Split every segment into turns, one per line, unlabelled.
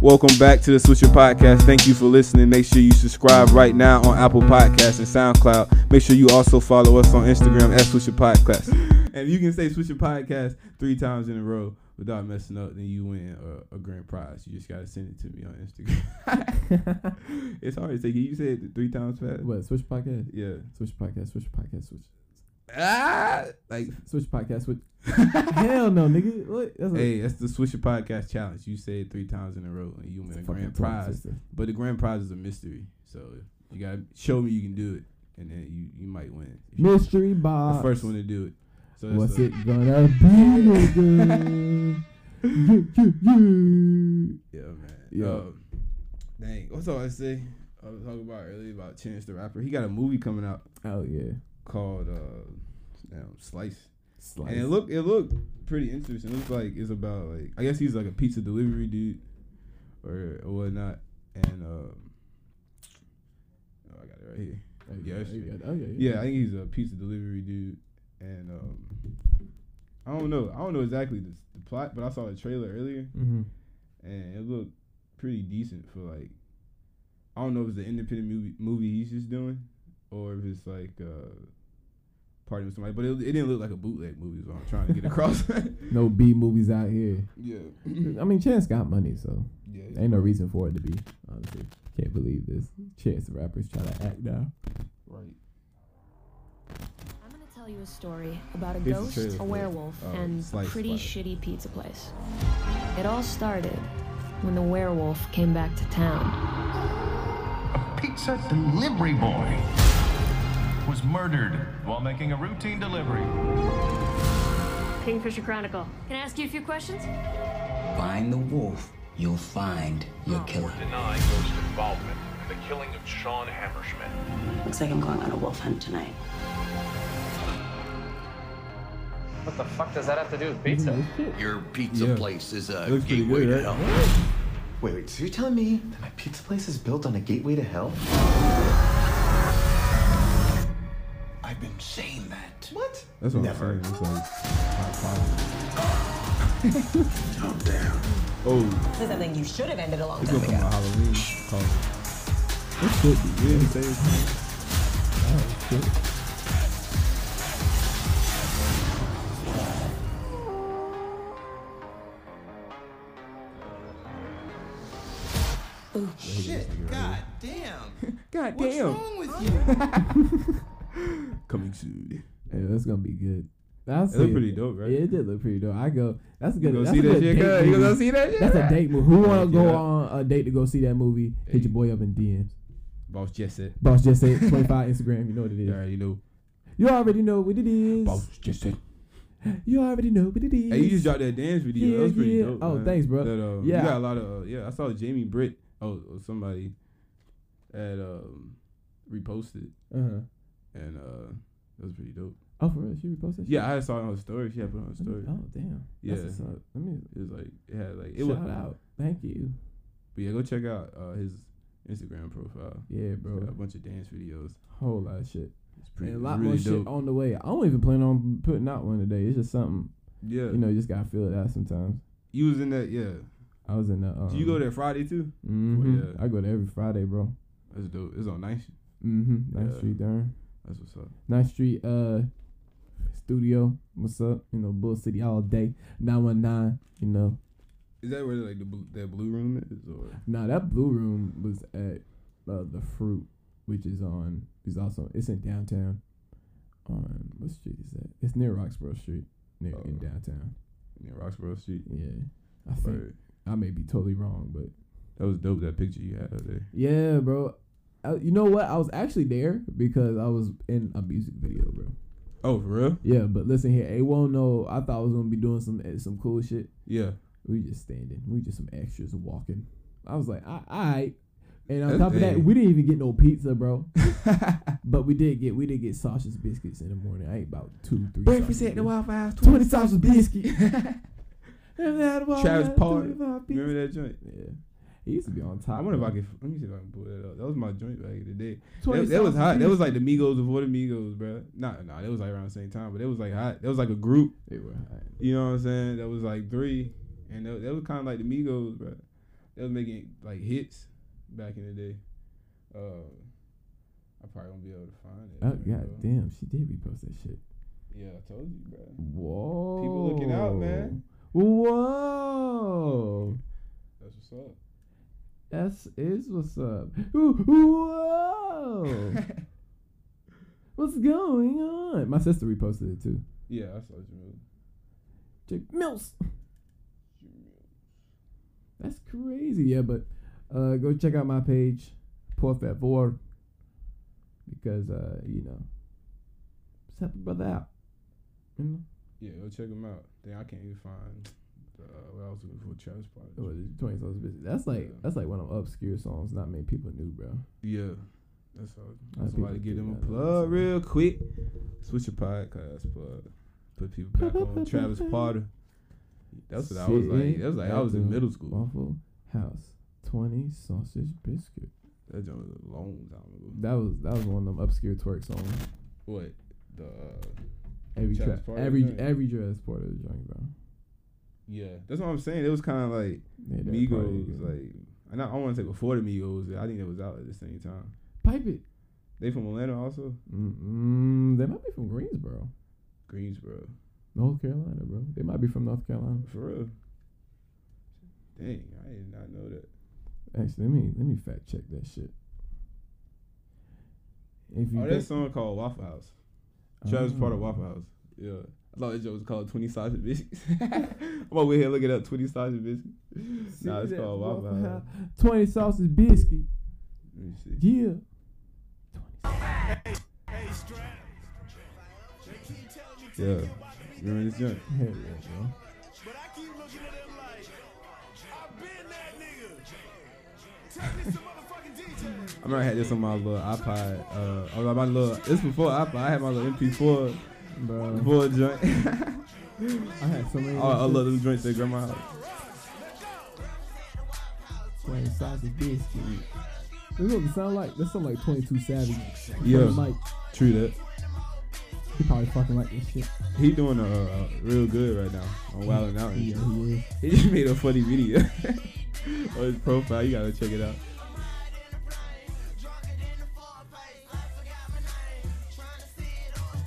Welcome back to the Switcher Podcast. Thank you for listening. Make sure you subscribe right now on Apple Podcasts and SoundCloud. Make sure you also follow us on Instagram at Switcher Podcast. And if you can say Switcher Podcast three times in a row without messing up, then you win a, a grand prize. You just gotta send it to me on Instagram. it's hard to take it. You said it three times fast.
What switch podcast?
Yeah.
Switch podcast. Switch podcast. Switch.
Ah, like
Switch podcast. Switch. Hell no, nigga. What? That's
hey, that's the Swisher Podcast Challenge. You say it three times in a row and you win a
fucking
grand
tongue
prize.
twister.
But the grand prize is a mystery. So you gotta show me you can do it and then you, you might win. If you-
Mystery
the
box.
first one to do it. So that's
What's
a-
it gonna be, nigga? Yeah, yeah,
Yeah, man.
Yeah.
Um, dang. What's all I say? I was talking about earlier about Chance the Rapper. He got a movie coming out
yeah. Oh yeah.
called uh damn, Slice.
Slice.
And it looked it looked pretty interesting. It looks like it's about like I guess he's like a pizza delivery dude or, or whatnot. And um oh, I got it right here.
Oh,
Yeah,
yeah,
it's-
you got- oh yeah.
Yeah, I think he's a pizza delivery dude. And um I don't know. I don't know exactly the, the plot, but I saw the trailer earlier
Mm-hmm.
and it looked pretty decent for like I don't know if it's an independent movie movie he's just doing or if it's like uh party with somebody, but it, it didn't look like a bootleg movie. Is what I'm trying to get across.
No B movies out here.
yeah,
I mean, Chance got money, so
yeah.
ain't no reason for it to be. Honestly, can't believe this. Chance the rappers trying to act now.
Right.
I'm gonna tell you a story about a
Here's the
ghost,
trailer for
a
it.
werewolf,
Oh,
and
Slice
pretty
Slice.
shitty pizza place. It all started when the werewolf came back to town.
pizza delivery boy was murdered while making a routine delivery.
Kingfisher Chronicle. Can I ask you a few questions?
Find the wolf, you'll find your killer.
deny ghost involvement in the killing of Sean Hammerschmidt.
Looks like I'm going on a wolf hunt tonight.
What the fuck does that have to do with pizza?
Your pizza
Yeah.
place is a
It looks pretty
gateway
good,
to
right?
hell.
Wait, wait, so you're telling me that my pizza place is built on a gateway to hell?
I've been saying that.
What?
That's what
Never.
I'm saying. It's like
Calm down.
oh,
This is something you should have ended a long
it's gonna come out Halloween. Call it. It should be. You didn't say it's-
Shit, god damn.
God
What's
damn.
wrong with you?
Coming soon.
Yeah, that's gonna be good. I'll
It
say
looked pretty dope, right?
Yeah, it did look pretty dope. I go. That's a
You
good.
gonna
that's
see
a
that
good
shit?
date
good? You
movie.
gonna see that shit?
That's a date movie. Who wanna
Heck
go
yeah.
on a date to go see that movie? Hit your boy up in DMs.
Boss just said.
Boss just said twenty five Instagram. You know what it
You
is.
already know.
You already know what it is.
Boss just said.
You already know what it is.
Hey, you just dropped that dance video. that
Yeah,
was pretty
yeah.
dope.
Oh,
man.
thanks, bro.
That, uh,
Yeah.
You got a lot of, uh, yeah, I saw Jamie Britt, oh, or somebody at, um, reposted,
uh-huh.
and, uh, that was pretty dope.
Oh, for real? She reposted. that shit?
Yeah, I saw it on her story. She had put it on her story.
Oh damn.
Yeah.
That's what's up. Let me
It was like, it had, like, it
shout
was,
out. Thank you.
But yeah, go check out uh, his Instagram profile.
Yeah,
Bro.
bro.
a bunch of dance videos.
Whole lot of shit.
It's pretty,
and a
it's
lot
really
more
dope.
shit on the way. I don't even plan on putting out one today. It's just something
yeah.
you know. You just gotta feel it out sometimes.
you was in that, yeah.
I was in the. Um,
Do you go there Friday too?
mhm.
yeah.
I go there every Friday, bro.
That's dope. It's on Nice.
Mm-hmm. Nice
Yeah.
Street there.
That's what's up.
Nice Street uh studio. What's up? You know, Bull City all day. Nine one nine. You know.
Is that where like the blue, that blue room is, or
Nah, that blue room was at uh, the Fruit, which is on. Is also it's in downtown. On what street is that? It's near Roxborough Street, near in
Oh.
downtown.
near Roxborough Street?
Yeah, I think
Or-
I may be totally wrong, but
That was dope. That picture you had out there.
yeah, bro. I, you know what? I was actually there because I was in a music video, bro.
Oh, for real?
Yeah, but listen here, A won't know. I thought I was gonna be doing some eh, some cool shit.
Yeah.
We just standing. We just some extras walking. I was like, all right. And on
That's
top of that,
big.
we didn't even get no pizza, bro. but we did get we did get sausage biscuits in the morning. I ate about two, three. sausage biscuits.
Waffle House.
Twenty sausage biscuits. Travis
Travis Park. Remember that joint?
Yeah, he used to be on top.
I wonder if
bro.
I can. Let me see if I can pull that up. That was my joint back in the day.
20
That, that was
sausage
hot. That
biscuits.
was like the Migos before the Migos, bro. Nah, nah. That was like around the same time, but it was like hot. That was like a group.
They were hot. Oh,
You know what I'm saying? That was like three, and that, that was kind of like the Migos, bro. They was making like hits back in the day. Uh, I probably won't be able to find it.
Oh
right
god,
now.
damn, she did repost that shit.
Yeah, I told you, bro.
Whoa.
looking out, man.
Oh. Whoa.
That's what's up.
That's is what's up. Ooh, Whoa. what's going on? My sister reposted it too.
Yeah, I saw Jamil.
Jake Mills. That's crazy. Yeah, but uh, go check out my page, Por Favor, because uh, you know, just help a brother out. You know,
Yeah, go check him out. Then I can't even find the, uh, what I was looking for. Travis Prodigy.
What is it, Oh, twenty songs busy. That's like
Yeah.
that's like one of them obscure songs. Not many people knew, bro.
Yeah, that's all.
lot of
Somebody
people
give
do
them a
that,
plug
honestly.
real quick. Switch your podcast plug. Put people back on Travis Potter. That's what I was like. That was like I was in middle school.
Waffle House, twenty sausage biscuit.
That joint was a long time ago.
That was that was one of them obscure twerk songs.
What the? Uh,
Every
Travis
tra-
Porter
every
joint.
every dress part of the joint, bro.
yeah, that's what I'm saying. It was kind of like
Yeah, that party
Migos,
good.
like. And I, I want to say before the Migos, I think it was out at the same time.
pipe it.
They from Atlanta also,
Mm-mm, they might be from Greensboro,
Greensboro,
North Carolina, bro. They might be from North Carolina.
for real. Dang, I did not know that.
Actually, let me let me fact check that shit. If
Oh,
bet-
that song called Waffle House. Travis
Oh.
Porter Waffle House. Yeah. I thought that joke was called 20 Sausage Biscuits. I'm over here looking up 20 Sausage Biscuits. Nah, it's
Mm. See that
called Waffle
Waffle
House.
House. Twenty sausage biscuit.
Let me see.
Yeah.
Yeah. Remember this joint?
Hell yeah, bro.
I remember I had this on my little iPod. Uh, I was on my little, this before iPod. I had my little MP4
Bro,
uh, before joint.
I had so many.
oh, I love them joints at grandma's house.
Twenty sausage biscuit. This what it sound like. This sound like twenty two savage.
Yeah.
Mike,
True that.
he probably fucking like this shit.
He doing uh, uh, real good right now on Wild and Out.
Yeah, he is.
He just made a funny video on his profile. You gotta check it out.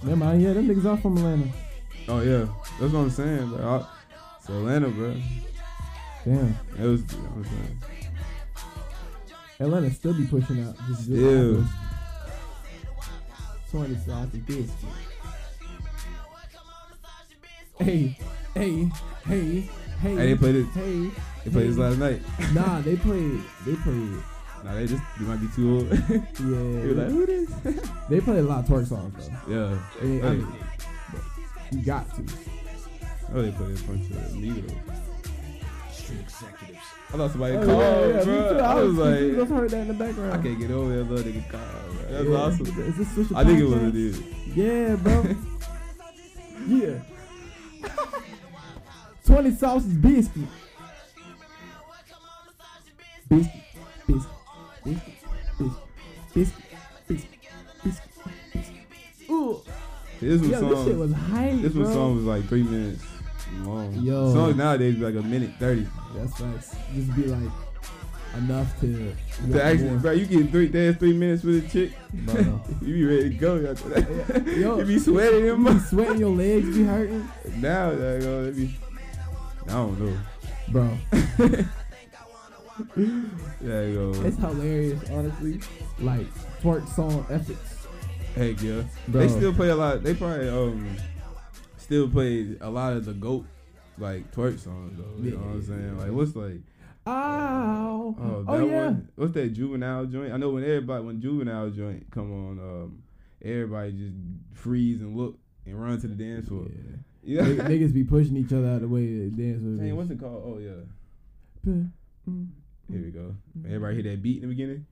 Never mind. Yeah, them niggas are from Atlanta.
Oh yeah, that's what I'm saying, bro. I, it's Atlanta, bro.
Damn.
It was. I'm saying.
Atlanta still be pushing out just good
Still.
albums. Twenty sausage biscuit. Hey, hey, hey, hey.
Hey, they played it-
Hey.
They played this last night.
Nah, they played. They played.
Nah, they just they might be too old.
Yeah.
they were like, who this?
They played a lot of twerk songs though.
yeah.
I mean, I
Hey,
mean, you got to.
oh, they played a bunch of needles. I thought somebody
Oh,
called,
yeah, yeah, me
bro.
too.
I was like,
I heard that in the background.
I can't get over that little nigga called. Bro. That's
Yeah.
awesome.
Is this Switch
I think it was
Podcast?
a dude.
Yeah, bro. yeah. 20 sausage biscuit. Biscuit, biscuit, biscuit, biscuit, biscuit, biscuit, biscuit, biscuit. Ooh,
This was
yo,
song.
this shit was hype,
this
bro.
one song was like three minutes long.
Yo.
Songs nowadays be like a minute thirty.
That's facts. Just be like enough to.
To actually, bro, you get three dance three minutes with a chick,
Bro.
you be ready to go after that.
Yo.
you be sweating in
You
my
sweating your legs, be hurting,
now. Like, oh, that be, I don't know.
bro.
There you go.
It's hilarious, honestly. Like twerk song ethics.
Heck yeah.
Bro.
They still play a lot. They probably um still play a lot of the goat like twerk songs though. You know what I'm
Yeah.
saying? Like what's like
Ow!
oh,
Oh,
that
yeah.
one what's that juvenile joint? I know when everybody when juvenile joint come on, um everybody just freeze and look and run to the dance floor. You
N-
know?
Niggas be pushing each other out the way to dance with
Dang,
it.
what's it called? Oh yeah.
Mm, mm.
Here we go.
Mm-hmm.
Everybody hear that beat in the beginning?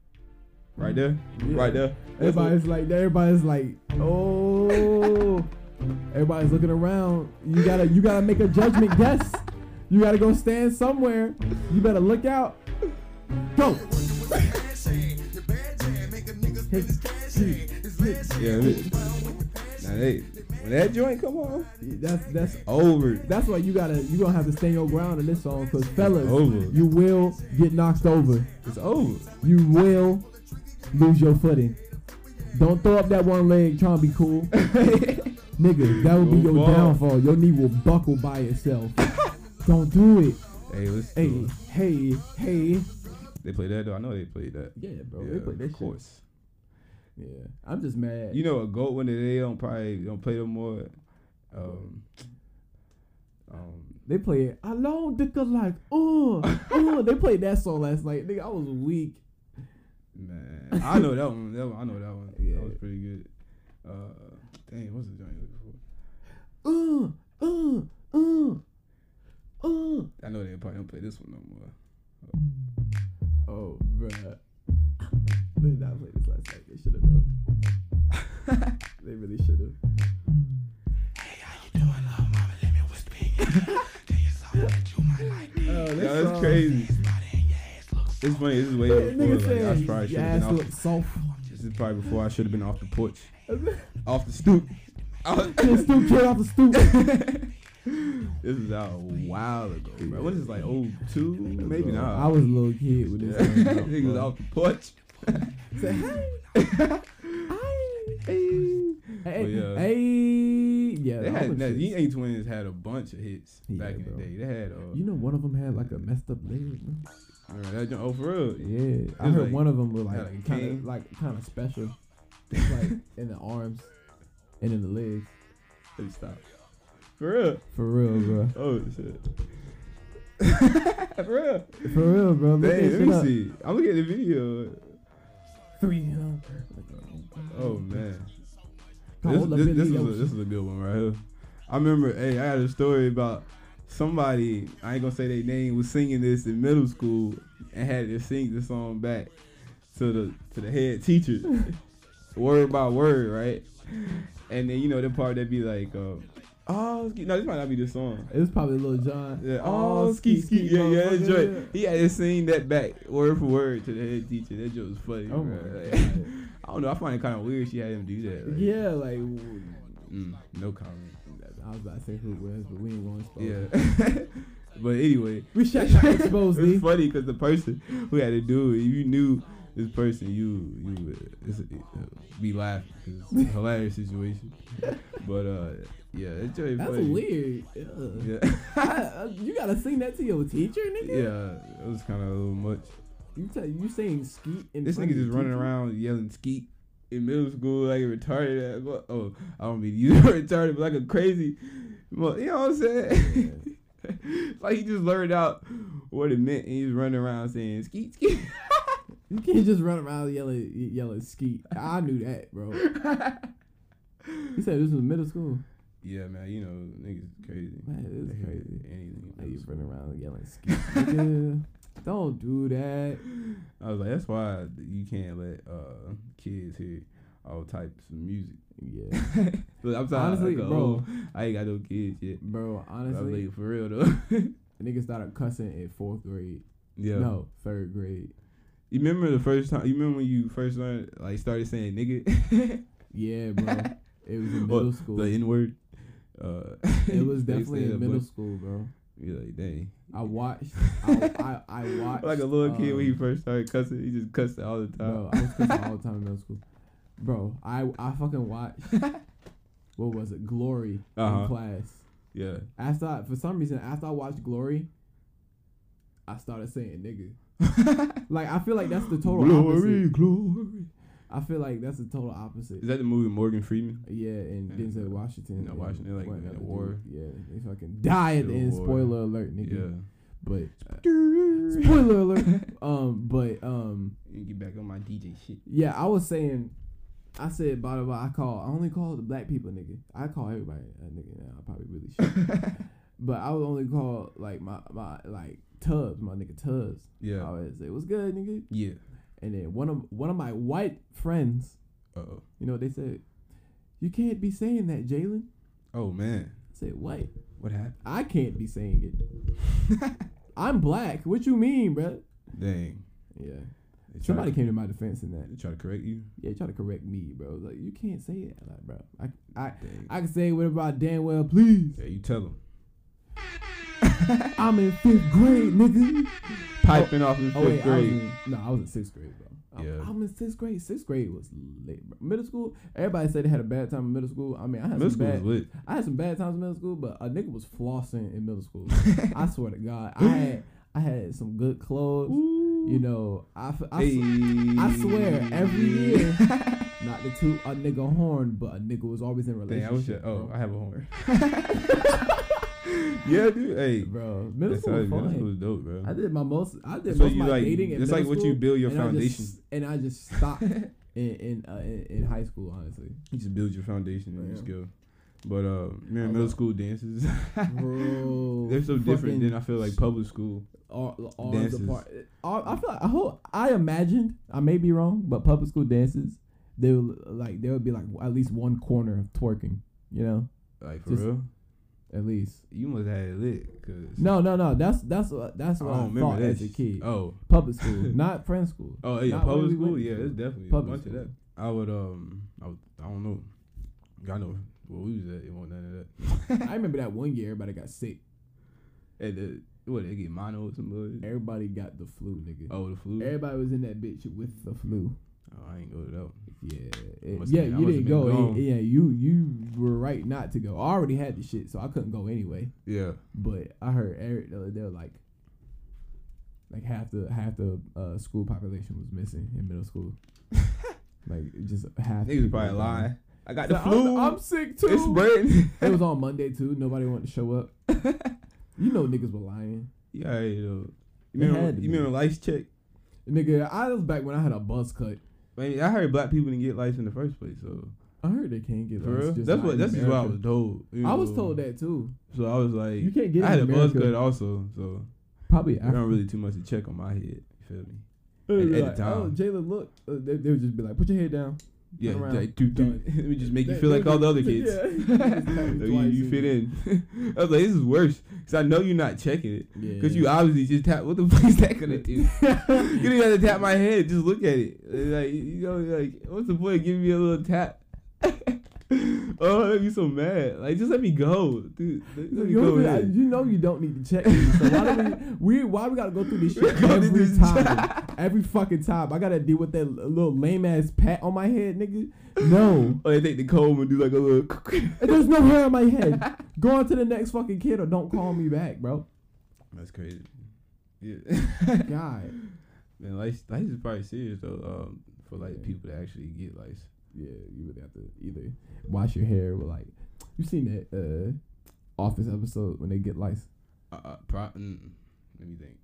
Right there? Right there. That's what-
Everybody's like, everybody's like, oh. everybody's looking around. You gotta, you gotta make a judgment guess. You gotta go stand somewhere. You better look out. Go.
Yeah, it is. Now they When that joint come on,
That's that's
over.
that's why you gotta you gonna have to stand your ground in this song, cause fellas,
Over.
you will get knocked over.
It's over.
You will lose your footing. Don't throw up that one leg trying to be cool, nigga. That will be
Go
your
ball.
downfall. Your knee will buckle by itself. Don't do it.
Hey, let's
Hey,
do it.
hey, hey.
They played that though. I know they played that.
Yeah, bro. they play that
of
shit.
course.
Yeah, I'm just mad.
You know, a goat when they don't probably don't play no more. Um, um,
They play it. I long dick like, oh, oh. They played that song last night. Nigga, I was weak.
man, I know that one. That one, I know that one.
Yeah.
That was pretty good. Uh, dang, what's the joint you looking
Uh, uh, uh, uh.
for? I know they probably don't play this one no more.
Oh, bruh. They did not play this last night. They should have done. they really should have.
Oh, that's crazy. It's funny. This is way before.
Nigga
Like, I probably
said,
should
your
have been
ass
off.
look soft.
This is probably before I should have been off the porch, off the stoop. I was-
Get a stoop kid off the stoop.
this is out a while ago, bro. What is this, like oh two? Maybe not.
I was a little kid when this came out,
Niggas
bruh.
off the porch.
Say,
Hey.
Hey,
yeah.
hey, yeah.
They
all
had
them
no,
shits.
the Ain't Twins had a bunch of hits
Yeah,
back in
bro.
the day. They had uh,
You know, one of them had like a messed up leg. bro.
I remember that joint, oh for real.
Yeah, I
It's
heard
like-
one of them was
kinda
like
like
kind
cane.
of like kind of special, like in the arms and in the legs.
Let me stop. For real.
For real, bro.
Oh shit. for real.
For real, bro. Look
Hey,
that
let
shit
me
up.
see. I'm looking at the video.
Three. um,
Oh man.
God,
This,
hold up,
this,
Billy,
this,
yo.
was a, this is a good one right here. I remember, hey, I had a story about somebody, I ain't gonna say their name, was singing this in middle school and had to sing the song back to the to the head teacher, word by word, right? And then, you know, the part that be like, uh, oh, ski- no, this might not be the song.
It was probably Lil John.
Yeah, oh, ski, ski, yeah, yeah, that's right. He had to sing that back word for word to the head teacher. That joke was funny.
Oh my
bruh. Like,
God.
I don't know. I find it kind of weird she had him do that. like,
Yeah, like w-
mm, no comment.
I was about to say who it was, but we ain't going to
Yeah. but anyway,
we should not expose
it's
these.
funny because the person who had to do it, if you knew this person, you you would it's, uh, be laughing 'cause it's a hilarious situation. But uh, yeah, it's very
That's
funny.
weird. Ugh.
Yeah,
I- I- you gotta sing that to your teacher, nigga.
yeah, it was kind of a little much.
You tell you saying skeet and
This nigga just running around yelling skeet in middle school like a retarded. ass mo- Oh, I don't mean you retarded, but like a crazy. mo- You know what I'm saying? like he just learned out what it meant, and he's running around saying skeet skeet.
You can't just run around yelling yelling skeet. I knew that, bro. He said this was middle school.
yeah, man, you know niggas is crazy.
Man, this
They
is
hate
crazy.
Anything.
Now you running around yelling skeet. nigga. Don't do that.
I was like, that's why you can't let uh kids hear all types of music.
Yeah,
Look, I'm sorry,
Honestly,
like,
bro.
oh, I ain't got no kids yet.
bro.
I'm
Honestly,
like, for real though.
niggas started cussing in fourth grade.
yeah.
No, third grade.
You remember the first time? You remember when you first learned, like, started saying "nigga"
Yeah, bro. It was in
Or
middle school.
the N word. Uh,
it was
they
definitely
said a
in middle
bunch-
school, bro.
You're like, dang.
I watched. I, I, I watched.
like a little kid when he
um,
first started cussing, he just cussed all the time.
Bro, I was cussing all the time in middle school. Bro, I I fucking watched. What was it? Glory
Uh-huh.
in class.
Yeah,
After I, for some reason, after I watched Glory, I started saying nigga. like I feel like that's the total
glory,
opposite.
glory.
I feel like that's the total opposite.
Is that the movie Morgan Freeman?
yeah, and
Yeah.
Denzel Washington.
No,
and
Washington, like,
one
in the
other dude.
war.
Yeah, they fucking die at the
Civil
end.
War.
Spoiler alert, nigga.
Yeah.
But spoiler alert. um, but um,
You get back on my DJ shit.
yeah, I was saying, I said, by the way, I call, I only call the black people nigga. I call everybody a nigga now. I probably really should, but I would only call like my my like Tubbs, my nigga Tubbs. I
Yeah.
always say, "What's good, nigga?"
Yeah.
And then one of one of my white friends,
Uh oh.
you know, they said, "You can't be saying that, Jalen."
Oh man,
I said, "What?
what happened?
I can't be saying it. I'm black. What you mean, bruh?
Dang.
Yeah,
They try
Somebody
to-
came to my defense in that.
They try to correct you.
Yeah, try to correct me, bro. Like you can't say that, like, bro. I I
Dang.
I can say what about damn well, please.
Yeah, you tell them.
I'm in fifth grade, nigga.
Piping off in fifth
Oh wait, I was
grade.
in, no, I was in sixth grade, bro. I'm,
Yeah.
I'm in sixth grade. Sixth grade was lit. Bro. Middle school, everybody said they had a bad time in middle school. I mean, I had
Middle
some
school was
bad.
lit.
I had some bad times in middle school, but a nigga was flossing in middle school. I swear to God, I had I had some good clothes. You know, I, f- I s- I swear every year, not to toot a nigga horn, but a nigga was always in a
Dang, I wish I,
relationship.
oh,
bro.
I have a horn. yeah, dude. Hey,
bro, middle
that's
school
how
was
it
fun.
was dope, bro.
I did my most. I did
That's
most
what
of
you
my
like-
dating. in
that's like
middle
what you
school,
build your
and I just-
foundation.
and I just stopped in in, uh, in in high school, honestly.
You just build your foundation and you just
Yeah.
go. But uh, man,
Okay.
middle school dances.
Bro,
They're so different than I feel like public
public
school.
all, all
dances.
the part. All, I feel like I hope I imagined I may be wrong, but public school dances they would, like there would be like at least one corner of twerking, you know,
Like for
Just-
real,
at least.
you must have had it lit. Cause
No, no, no. That's that's what that's
I
what I,
don't
thought
remember
as
that.
a kid.
Oh,
Public school, not friend school.
oh yeah,
Not where
public
we
school.
went to
Yeah,
school.
it's definitely
Public
a bunch
school.
of that. I would um, I, would, I don't know. I know where we was at. It wasn't none of that.
I remember that one year everybody got sick.
and the, what they get mono or something.
Everybody got the flu, nigga.
Oh, the flu.
Everybody was in that bitch with the flu.
oh, I ain't go to that. one.
Yeah, it-
Must've
yeah,
been- I
you
must've
didn't
been
go.
gone.
Yeah, yeah, you you were right not to go. I already had the shit, so I couldn't go anyway.
Yeah.
But I heard Eric the other day, like, like half the half the uh, school population was missing in middle school. like just half.
Niggas
people
probably
were
lying.
gone.
I got
So
the flu.
I'm, I'm sick too.
it's spreading.
it was on Monday too. Nobody wanted to show up. you know niggas were lying.
yeah, you know. You
It
remember,
had to
you
be.
remember lice check?
Nigga, I was back when I had a buzz cut.
I, mean, I heard black people didn't get lice in the first place, so
I heard they can't get
for
lice,
real,
just
that's
not
what
in
that's just what I
America.
was told. you
I was
know.
told that too.
so I was like,
You can't get
I
it
had a
in
buzz
America.
cut also, so
Probably
I
after.
don't really too much to check on my head. You feel me?
They'd be
at the
like,
time.
Oh, Jalen, look. Uh, they, they would just be like, put your head down.
Yeah,
around.
like, dude, dude, let me just make you
They-
feel
they
like all the other
just-
kids.
yeah. They just tell you
So you,
twice
you
and-
fit in. I was like, this is worse because I know you're not checking it because you
Yeah.
obviously just tap. What the fuck is that gonna do? you didn't have to tap my head. Just look at it. It's Like you know, like what's the point of giving me a little tap? oh, that'd be so mad. Like just let me go, dude. Let
You
me
know,
go
you-
in.
you know you don't need to check me. So why do we, we why we gotta go through this
We
shit
gotta do
every
this.
time? every fucking time. I gotta deal with that l- little lame ass pat on my head, nigga. No.
Oh, they think the comb would do like a little.
There's no hair on my head. Go on to the next fucking kid or don't call me back, bro.
That's crazy. Yeah,
God.
man, lice, lice is probably serious though. Um, for like
Yeah.
people to actually get lice.
Yeah, you really have to either wash your hair with like you seen that uh office episode when they get lice.
Uh, uh pro- mm, let me think.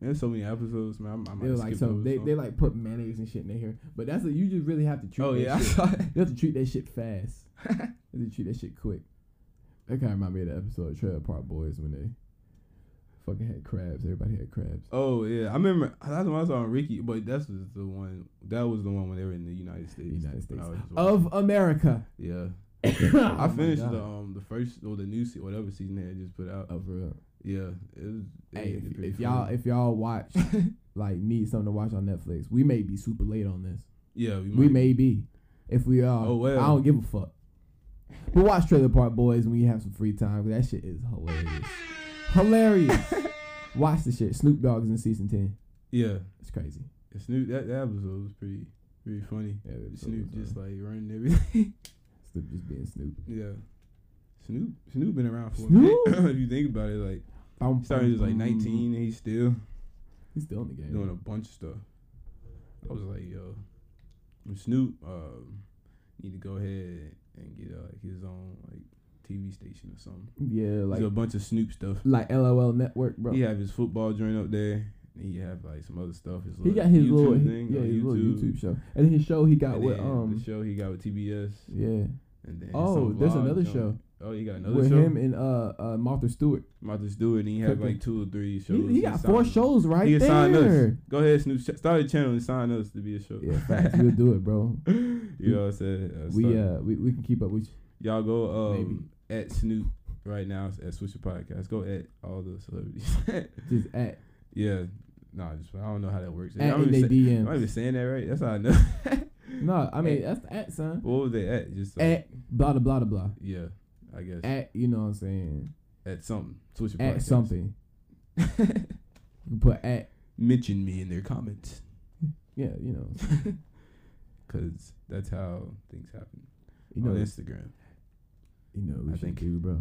There's so many episodes, man. I, I might
They were
skip
like so
those
they,
some.
they like put mayonnaise and shit in their hair. But that's a, you just really have to treat
oh
that
yeah, I
shit.
saw it.
You have to treat that shit fast. you have to treat that shit quick. That kind of remind me of the episode of Trailer Park Boys when they fucking had crabs. Everybody had crabs.
Oh yeah, I remember. That's when I saw on Ricky, but that's was the one. That was the one when they were in the United States.
United
when I
States
was just watching.
of America.
yeah,
Oh
I
my
finished
God.
the um the first or the new se- whatever season they had just put out.
Of real.
Yeah, it was. it
Hey,
was
if,
pretty
if
cool.
y'all if y'all watch like need something to watch on Netflix, we may be super late on this.
yeah, we,
We
might-
may be. If we are,
Oh, well.
I don't give a fuck. But watch Trailer Park Boys when you have some free time. 'cause That shit is hilarious. Hilarious. watch the shit. Snoop Dogg's in season ten.
Yeah,
It's crazy.
Snoop. That, that episode was pretty pretty funny.
Yeah, the episode
Snoop
was, uh,
just like running everything.
Snoop just being Snoop.
yeah, Snoop Snoop been around for a
Snoop? Mm-hmm.
minute. if you think about it, like
Bum,
he started he was like
bum, bum.
19 and he's still
He's still in the game.
doing a bunch of stuff. I was like, yo, Snoop um, need to go ahead and get uh, like his own like TV station or something.
yeah,
Like
like
a bunch of Snoop stuff.
like LOL Network, bro.
He have his football joint up there. And he have like some other stuff. His
he
little
got his
YouTube
little
thing
yeah,
on
his
YouTube.
little YouTube show, and his show he got
And
with
then
um
the show he got with TBS.
yeah
And then
Oh,
some
there's
vlog
another
joint.
show.
Oh, he got another
with
show.
him and uh uh Martha Stewart.
Might just do it. And he have
Cooking.
like two or three shows.
He, he got four
signed-
shows right
he signed
there.
us. Go ahead, Snoop. sh- Start a channel and sign us to be a show.
Yeah, facts. we'll do it, bro.
You know what I'm saying? Uh,
We
start-
uh we, we can keep up with you.
Y'all go um at Snoop right now at Swisher Podcast. Go at all the celebrities.
Just at
yeah. No, I just I don't know how that works.
At
I'm
in
even say-
they DMs.
Am I even saying that right? That's how I know.
No, I mean that's the at sign.
what was they at? Just so-
At blah blah blah blah blah.
yeah, I guess at,
At you know what I'm saying.
something. Switch your
At
podcast.
something. you put at
Mention me in their comments
yeah you know
because that's how things happen
you know
on
this
Instagram.
you know we
I
should
think-
do bro.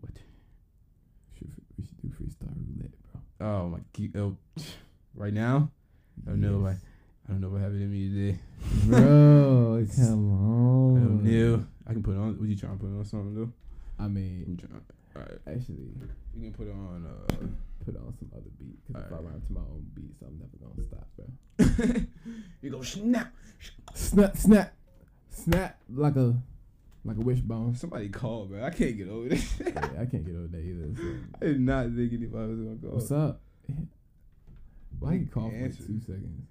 What?
Should, we should do freestyle roulette, bro.
Oh my! g- Oh, right now I don't know. Like I don't know what happened to me today.
bro. Come
I
on.
don't know. I can put it on. Would you try and put it on something though?
I
I'm
mean,
trying. All right,
actually,
we can put it on. Uh,
put on some other beat because if I
Alright.
rhyme to my own beats, I'm never gonna stop, bro.
uh, you go snap.
Snap, snap, snap like a like a wishbone.
Somebody call, bro. I can't get over this.
Yeah, I can't get over that either. so.
I did not think anybody was gonna call.
What's up? Why you call for like
Oh. Answer.
two seconds?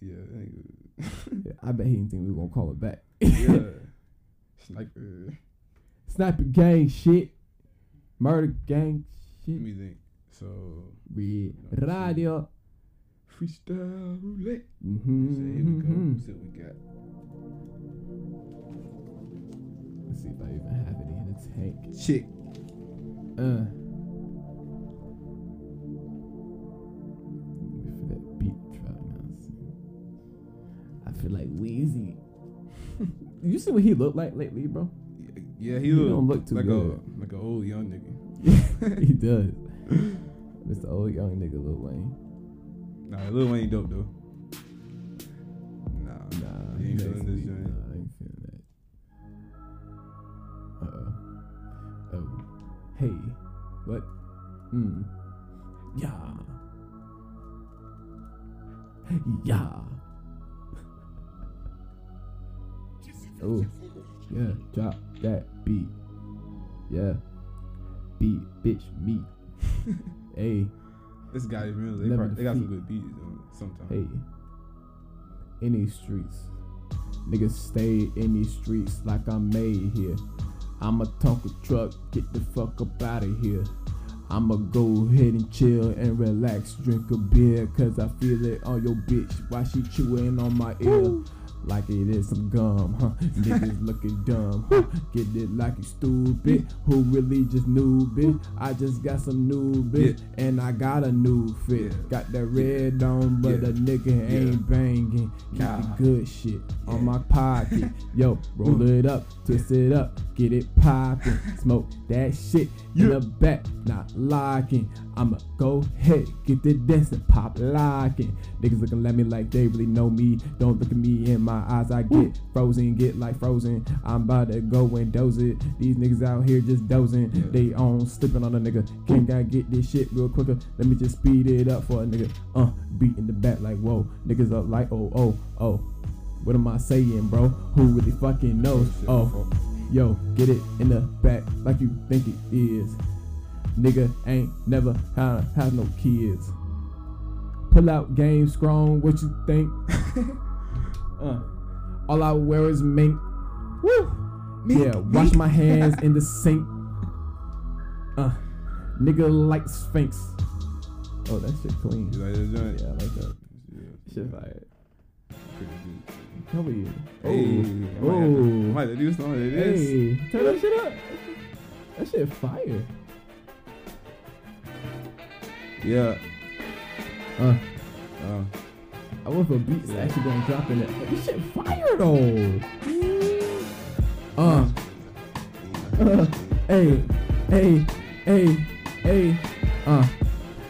Yeah, I think it
Yeah, I bet he didn't think we were gonna call it back.
was- yeah. Sniper.
Sniper gang shit, murder gang
Let
shit.
me think. So
Red
Let me see.
radio.
freestyle roulette. So
Mm-hmm.
here we go. Let's see what we got.
Let's see if I even have any in the tank.
Chick.
Uh. Wait for that beat drop now. see. I feel like Wheezy. you see what he looked like lately, bro?
Yeah,
He
he
don't
look,
look too
like
good.
a like an old young nigga.
he does. Mr. Old Young Nigga Lil Wayne.
Nah, Lil Wayne dope though. Nah,
Nah,
you ain't
he
feeling
basically-
this joint.
Nah, I ain't feeling that. Uh oh. Oh. Hey. What? Mm. Yeah. Yeah. Oh. Yeah. Drop that beat. Yeah. Beat, bitch, meat. hey.
This guy is really. They,
Never
probably, they got some good
defeat.
beats though. Sometimes.
Hey, in these streets, niggas stay in these streets like I'm made here. I'm a Tonka truck, get the fuck up out of here. I'ma go ahead and chill and relax, drink a beer, cause I feel it on your bitch while she chewing on my ear. Like it is some gum, huh? Niggas looking dumb, huh? Get it like you stupid. Who really just new bitch? I just got some new bitch, and I got a new fit.
Yeah.
Got that red on, but
Yeah.
a nigga ain't banging. Keep the
Nah.
good shit on my pocket. Yo, roll
Mm.
it up, twist it up, get it poppin'. Smoke that shit in the back, not locking. I'ma go ahead, get the dancing, pop locking. Niggas looking at me like they really know me. Don't look at me in my eyes, I get frozen, get like frozen. I'm about to go and doze it. These niggas out here just dozing. They on sleeping on a nigga. Can not I get this shit real quicker? Let me just speed it up for a nigga. Uh, beat in the back like whoa. Niggas up like oh oh oh. What am I saying, bro? Who really fucking knows? Oh, yo, get it in the back like you think it is. Nigga ain't never had have no kids. Pull out game strong, what you think? uh, all I wear is mink. Woo! yeah, wash my hands in the sink. Uh, nigga like Sphinx. Oh, that shit clean.
You like this joint?
Yeah, I like that.
Yeah,
Shit fire.
pretty good.
How are you?
Hey,
oh,
might have to- might have to do something like this.
Hey, turn that shit up. That shit fire.
Yeah.
Uh,
Uh,
I wonder if a beat's actually gonna drop in it. This shit fire though. Uh, uh, hey, hey, hey, hey, uh.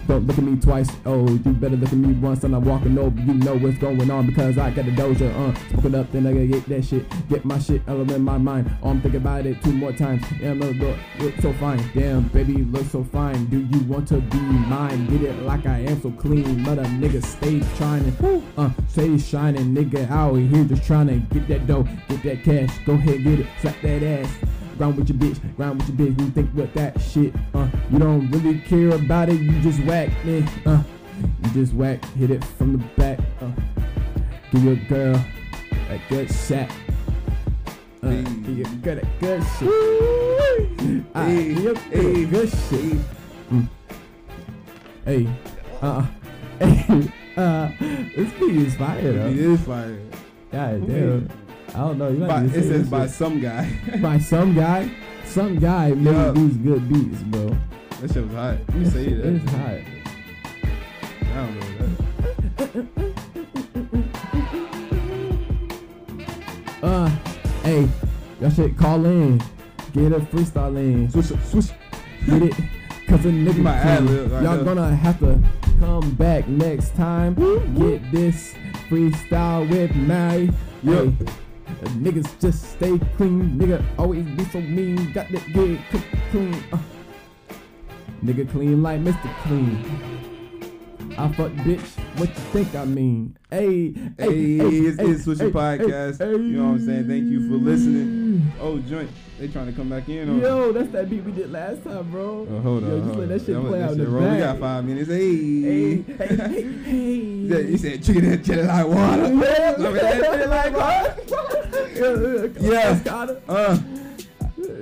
Don't look at me twice, oh, you better look at me once and I'm walking over, you know what's going on because I got a doja, uh, smoking up, then I gotta get that shit, get my shit out of my mind, oh, I'm thinking about it two more times, yeah, I'm look, look so fine, damn, baby, look so fine, do you want to be mine, get it like I am so clean, mother nigga, stay trying to, uh, stay shining, nigga, out here just trying to get that dough, get that cash, go ahead, get it, slap that ass, Round with your bitch, round with your bitch. You think with that shit, uh, you don't really care about it. You just whack me, uh, you just whack, hit it from the back, uh, give your girl a good shot, uh, give your girl a good shit, uh, give your girl a good shit, Mm. hey, uh, uh uh, this beat is fire though.
It is fire.
God
Who
damn.
made
I don't know. You might
By,
need
it
to send
says
this
by
shit.
some guy.
by some guy. Some guy made
Yeah.
these good beats, bro.
that shit was hot. Let me say that.
It's hot.
I don't know that.
Uh, hey, y'all should call in. Get a freestyle in.
Switch, switch.
Get it? Cause a nigga
My
clean.
ad-lib right
Hmm. Y'all
there.
gonna have to come back next time. Get this freestyle with my
Yep.
yo. Niggas just stay clean. Nigga always be so mean. Got that get c- clean. Uh. Nigga clean like Mr. Clean. I fuck bitch. What you think I mean? Hey,
Hey, it's, it's Switching Podcast. you know what I'm saying? Thank you for listening. Oh, joint. They trying to come back in on
Yo, that's that beat we did last time, bro.
Oh, hold on.
Yo, just
hold
let
on.
that shit
Don't let
play
that
out in
shit
the
roll.
back.
We got five minutes. Hey.
Hey, hey, hey, hey.
Yeah, he said chicken and chili like water.
Yeah.
Remember that shit like water? Yeah.
Pescada.
Uh,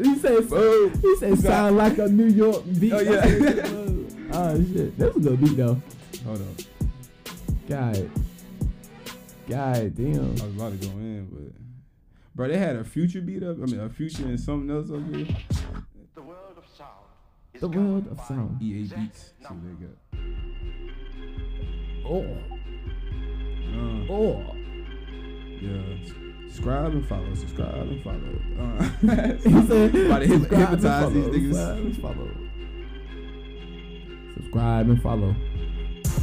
He said,
Boom.
he said, sound like a New York beat.
Oh, yeah.
oh shit, that was a good beat though.
hold on.
God, god damn.
I was about to go in, but bro, they had a future beat up. I mean, a future and something else up here.
The world of sound is
The world of sound.
EA E beats. See what they got.
Oh,
Uh,
oh.
yeah. Subscribe and follow. Subscribe and follow. Uh,
He said,
about to hyp-
"Subscribe and
hypnotize
follow,
these
subscribe
niggas.
and follow. Subscribe and follow.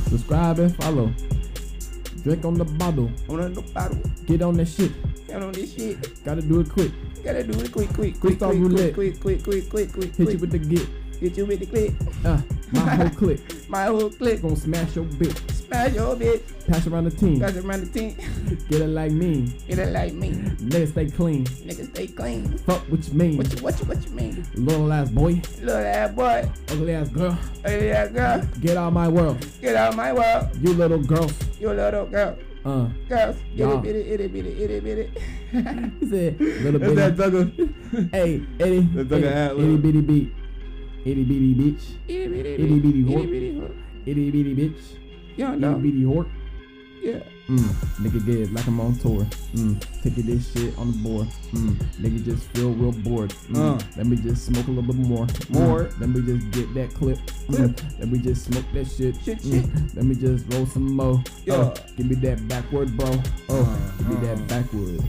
Subscribe and follow. Drink on the bottle.
I want to know
Get on that shit.
Get on this shit.
Gotta do it quick.
Gotta do it quick, quick, quick,
Freestyle
quick,
roulette.
quick, quick, quick, quick, quick,
Hit
quick.
you with the get.
Hit you with the click.
Uh, my whole click.
My whole click.
Gonna smash your bitch.
Smash your bitch.
Pass around the team.
Guys around the team.
Get it like me.
It ain't like me.
Nigga stay clean.
Niggas stay clean.
Fuck what you mean.
What you, what you, what you mean?
Little ass boy.
Little ass boy.
Ugly ass girl.
Hey, yeah, girl.
Get out my world.
Get out of my world.
You little girls.
You little girl.
Uh.
Girls. Itty
Y'all.
bitty, itty bitty, itty bitty.
He said, little
That's that
bitty.
Douglas.
Hey, Eddie.
That Doug had
Itty
little-
bitty beat. Itty bitty bitch.
Itty bitty,
Itty bitty whore.
whore.
Itty bitty bitch.
Y'all
Itty
know.
bitty hork.
Yeah.
Mm, nigga dead like I'm on tour. Mm, taking this shit on the board. Mm, nigga just feel real bored. Mm,
Uh.
Let me just smoke a little bit more. Mm,
More.
let me just get that clip. Mm, let me just smoke that shit.
Shit,
Mm, Let me just roll some mo.
Yeah.
Oh, give me that backward, bro. Oh,
Uh,
give me
uh.
that backward.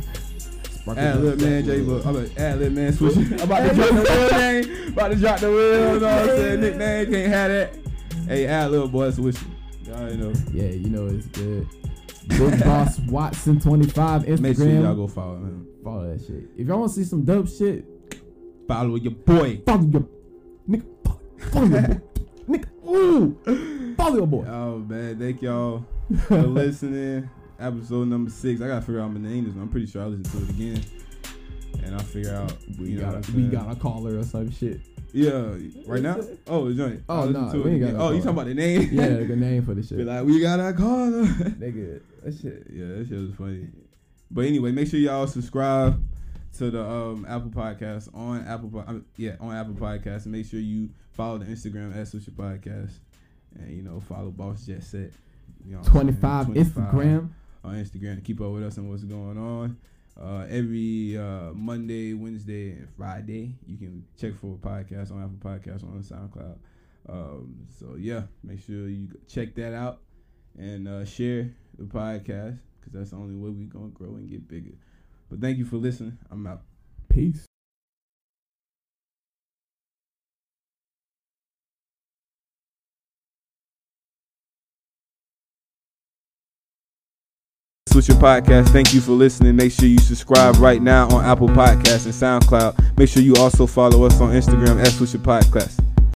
Spark it
Ad
up,
lib man, J
backward.
Book. I'm like, ad lib man, switch. I'm about to drop the real name. About to drop the real, you know what I'm saying? Nickname, can't have that. Hey, ad lib boy, switch. Y'all already know.
Yeah, you know it's good. Big Boss Watson 25 Instagram.
Make sure y'all go follow him.
Follow that shit. If y'all want to see some dope shit,
Follow your boy.
follow your nigga. Follow your boy. nigga. Ooh, follow your boy.
Oh man, thank y'all for listening. Episode number six. I gotta figure out my name this one. I'm pretty sure I listen to it again. And I'll figure out
We
you know what
got
I'm
we
saying.
got a caller or some shit.
Yeah, right now? Oh, it's joint.
Oh,
I'll listen
nah,
to it
we ain't
again.
got a
Oh, you
caller.
talking about the name?
Yeah, the name for the shit.
Be like, we got a caller.
Nigga, that shit.
Yeah, that shit was funny. But anyway, make sure y'all subscribe to the um, Apple Podcast on Apple. Po- I mean, yeah, on Apple Podcasts. And make sure you follow the Instagram at Social Podcast, and you know follow Boss Jet Set. You know what I'm saying?
25 Instagram.
on Instagram to keep up with us and what's going on. Uh, every uh, Monday, Wednesday, and Friday, you can check for a podcast on Apple Podcasts on SoundCloud. Um, so yeah, make sure you check that out and uh, share the podcast because that's the only way we're gonna grow and get bigger. But thank you for listening. I'm out.
Peace.
Switch your podcast. Thank you for listening. Make sure you subscribe right now on Apple Podcasts and SoundCloud. Make sure you also follow us on Instagram at Switch Your Podcast.